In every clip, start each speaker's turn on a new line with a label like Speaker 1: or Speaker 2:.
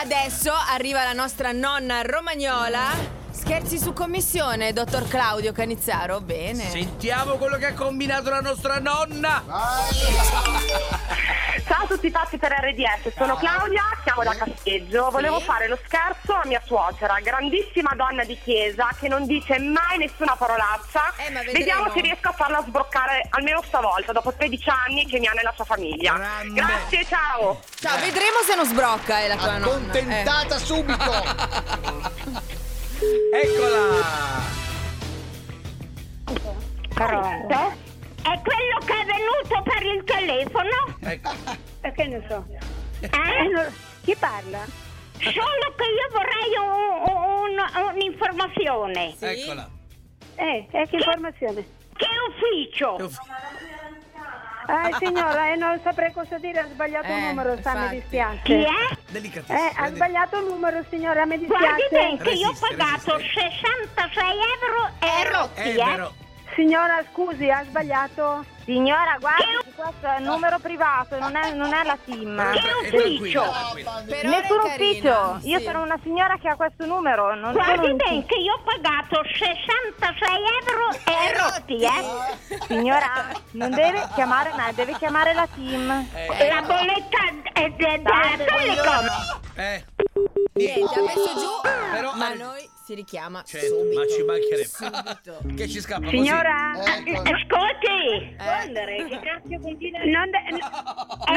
Speaker 1: adesso arriva la nostra nonna romagnola. Scherzi su commissione, dottor Claudio Canizzaro, bene.
Speaker 2: Sentiamo quello che ha combinato la nostra nonna.
Speaker 3: Ciao a tutti pazzi per RDS, sono Claudia, chiamo da Casteggio. Volevo fare lo scherzo a mia suocera, grandissima donna di chiesa che non dice mai nessuna parolaccia.
Speaker 1: Eh, ma vedremo.
Speaker 3: Vediamo se riesco a farla sbroccare almeno stavolta, dopo 13 anni che mi ha nella sua famiglia.
Speaker 2: Grande.
Speaker 3: Grazie, ciao!
Speaker 1: Ciao, vedremo se non sbrocca eh, la tua nonna. Eh.
Speaker 4: Accontentata subito!
Speaker 2: Eccola.
Speaker 5: Pronto? È quello che è venuto per il telefono?
Speaker 2: Ecco.
Speaker 6: Perché ne so? Eh,
Speaker 5: Eh?
Speaker 6: non- Chi parla?
Speaker 5: Solo che io vorrei un- un- un- un'informazione.
Speaker 2: Eccola.
Speaker 6: Eh, eh, che informazione?
Speaker 5: Che ufficio?
Speaker 6: Ah, signora, eh, non saprei cosa dire, ha sbagliato
Speaker 1: Eh,
Speaker 6: numero, sta,
Speaker 1: infatti.
Speaker 6: mi dispiace.
Speaker 5: Chi è?
Speaker 6: Eh,
Speaker 2: Delicatissima.
Speaker 6: ha sbagliato numero, signora, mi
Speaker 5: Guardi
Speaker 6: dispiace.
Speaker 5: bene che io ho
Speaker 2: Resiste,
Speaker 5: pagato
Speaker 2: resiste.
Speaker 5: 66 euro e
Speaker 2: Eh,
Speaker 5: rotti, eh?
Speaker 2: vero.
Speaker 6: Signora, scusi, ha sbagliato.
Speaker 7: Signora, guardi, questo è un numero privato, non è, non è la team.
Speaker 2: eh, Però
Speaker 5: Che
Speaker 2: è tranquilla,
Speaker 5: ufficio?
Speaker 2: tranquilla.
Speaker 1: Però era
Speaker 7: Nessun
Speaker 1: carina,
Speaker 7: ufficio. Io
Speaker 1: Certo, sì.
Speaker 7: sono una signora che ha questo numero, non sono
Speaker 5: Guardi
Speaker 7: un-
Speaker 5: bene che io ho pagato 66 euro e rotti, eh?
Speaker 7: Signora, non deve chiamare me, deve chiamare la team.
Speaker 5: La
Speaker 2: ecco.
Speaker 5: bolletta è de- della
Speaker 7: Salve,
Speaker 5: Telecom.
Speaker 2: Eh,
Speaker 1: Niente, ha messo giù,
Speaker 2: Però-
Speaker 1: ma noi si richiama
Speaker 2: certo,
Speaker 1: subito.
Speaker 2: ma ci mancherebbe.
Speaker 1: Subito.
Speaker 2: Che ci scappa
Speaker 5: Signora,
Speaker 4: Ecco.
Speaker 5: Eh, ascolti,
Speaker 1: Ecco,
Speaker 6: Che cazio continua? Non, de- n-
Speaker 5: è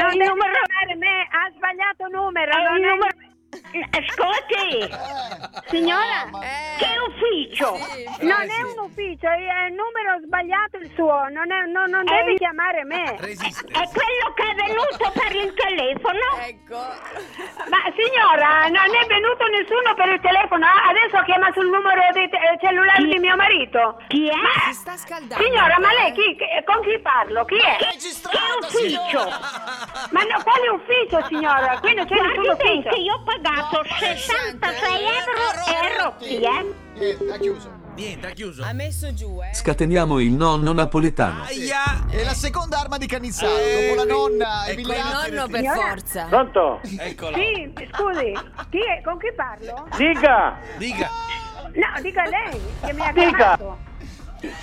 Speaker 6: non
Speaker 5: il
Speaker 6: deve
Speaker 5: numero,
Speaker 6: chiamare me, ha sbagliato numero.
Speaker 5: è
Speaker 6: non
Speaker 5: il
Speaker 6: è-
Speaker 5: numero, ascolti,
Speaker 6: Signora,
Speaker 1: Eh,
Speaker 5: che ufficio?
Speaker 1: sì.
Speaker 6: non è un ufficio, è il numero sbagliato il suo, non, è- non- non deve
Speaker 5: Eh.
Speaker 6: chiamare me.
Speaker 1: Ah,
Speaker 2: Resiste.
Speaker 5: È quello che è venuto per il
Speaker 1: Eh,
Speaker 5: telefono?
Speaker 1: Ecco.
Speaker 6: Ma signora, non è venuto nessuno per il telefono, ah, adesso chiama sul numero di te- eh, cellulare di mio marito.
Speaker 5: Chi è?
Speaker 1: Si sta scaldando.
Speaker 6: Signora, ma lei
Speaker 1: eh.
Speaker 6: chi- che- con chi parlo? Chi è?
Speaker 4: Registrata,
Speaker 5: Che ufficio?
Speaker 6: Ma no, quale ufficio, signora? Qui non c'è nessun
Speaker 5: Guardi bene
Speaker 6: ufficio.
Speaker 5: che io ho pagato 66 euro e rotti, eh?
Speaker 4: Niente, ha chiuso.
Speaker 2: Niente, ha chiuso.
Speaker 1: Ha messo giù, eh.
Speaker 8: Scateniamo il nonno napoletano.
Speaker 2: Aia.
Speaker 4: È la seconda arma di Cannizzaro,
Speaker 2: Eh,
Speaker 4: dopo la
Speaker 2: qui-
Speaker 4: nonna,
Speaker 2: ecco,
Speaker 1: Quel
Speaker 4: Emiliano.
Speaker 1: nonno per
Speaker 6: Signora?
Speaker 1: forza.
Speaker 9: Pronto?
Speaker 2: Eccola.
Speaker 6: Sì, scusi, chi è? con chi parlo?
Speaker 9: Dica,
Speaker 2: Diga.
Speaker 6: No, dica lei che mi ha
Speaker 9: Dica.
Speaker 6: chiamato.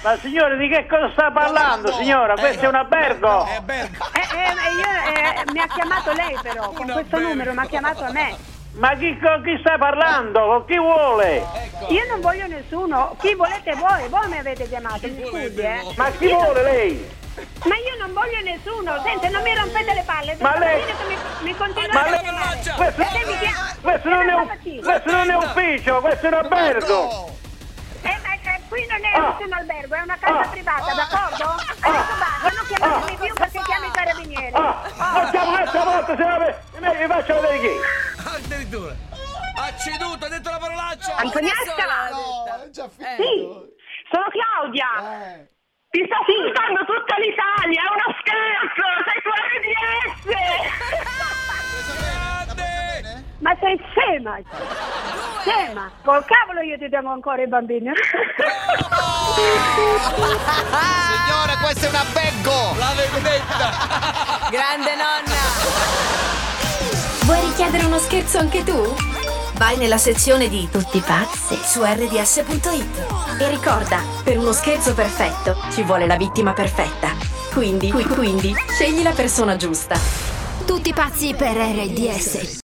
Speaker 9: ma signore di che cosa sta parlando signora? Questo è un albergo!
Speaker 2: È bello.
Speaker 6: Eh, eh, ma io, eh, mi ha chiamato lei però, con
Speaker 2: Un
Speaker 6: questo
Speaker 2: albergo.
Speaker 6: numero mi ha chiamato a me.
Speaker 9: Ma chi, con chi sta parlando? Con chi vuole?
Speaker 6: Io non voglio nessuno, chi volete voi? Voi mi avete chiamato, mi scusi
Speaker 2: volete
Speaker 6: eh.
Speaker 2: voi?
Speaker 9: Ma chi vuole lei?
Speaker 6: Ma io non voglio nessuno, sente, non mi rompete le palle.
Speaker 9: Ma
Speaker 6: se
Speaker 9: lei-
Speaker 6: volete Mi, mi continuate
Speaker 2: Ma
Speaker 6: a
Speaker 2: lei
Speaker 6: chiamare.
Speaker 2: faccia.
Speaker 9: Questo,
Speaker 6: Perché mi chiama?
Speaker 9: questo non è un, questo non è ufficio, questo è un albergo!
Speaker 6: Eh, ma eh, qui non è
Speaker 9: Ah.
Speaker 6: nessun albergo, è una casa privata, d'accordo? Adesso basta, non chiamatemi più perché chiamo i carabinieri.
Speaker 9: Ah, facciamo questa volta, se no vi- vi faccio vedere chi!
Speaker 2: Ah, Addirittura. Ha ceduto, ha detto la parolaccia.
Speaker 1: Antonietta!
Speaker 4: No, è già finito.
Speaker 6: Sì.
Speaker 3: Sono Claudia,
Speaker 4: Eh.
Speaker 3: ti sta ascoltando tutta l'Italia, è uno scherzo, sei su RDS!
Speaker 9: Ah.
Speaker 4: La presa
Speaker 2: Grande.
Speaker 4: bene?
Speaker 6: Ma sei scema! Scema! Col cavolo io ti devo ancora i bambini.
Speaker 4: Signora, questo è un abbeggo!
Speaker 2: La vendetta.
Speaker 1: Grande nonna!
Speaker 10: Vuoi richiedere uno scherzo anche tu? Vai nella sezione di Tutti pazzi su rds.it e ricorda, per uno scherzo perfetto ci vuole la vittima perfetta. Quindi, qui- quindi, scegli la persona giusta.
Speaker 7: Tutti pazzi per RDS.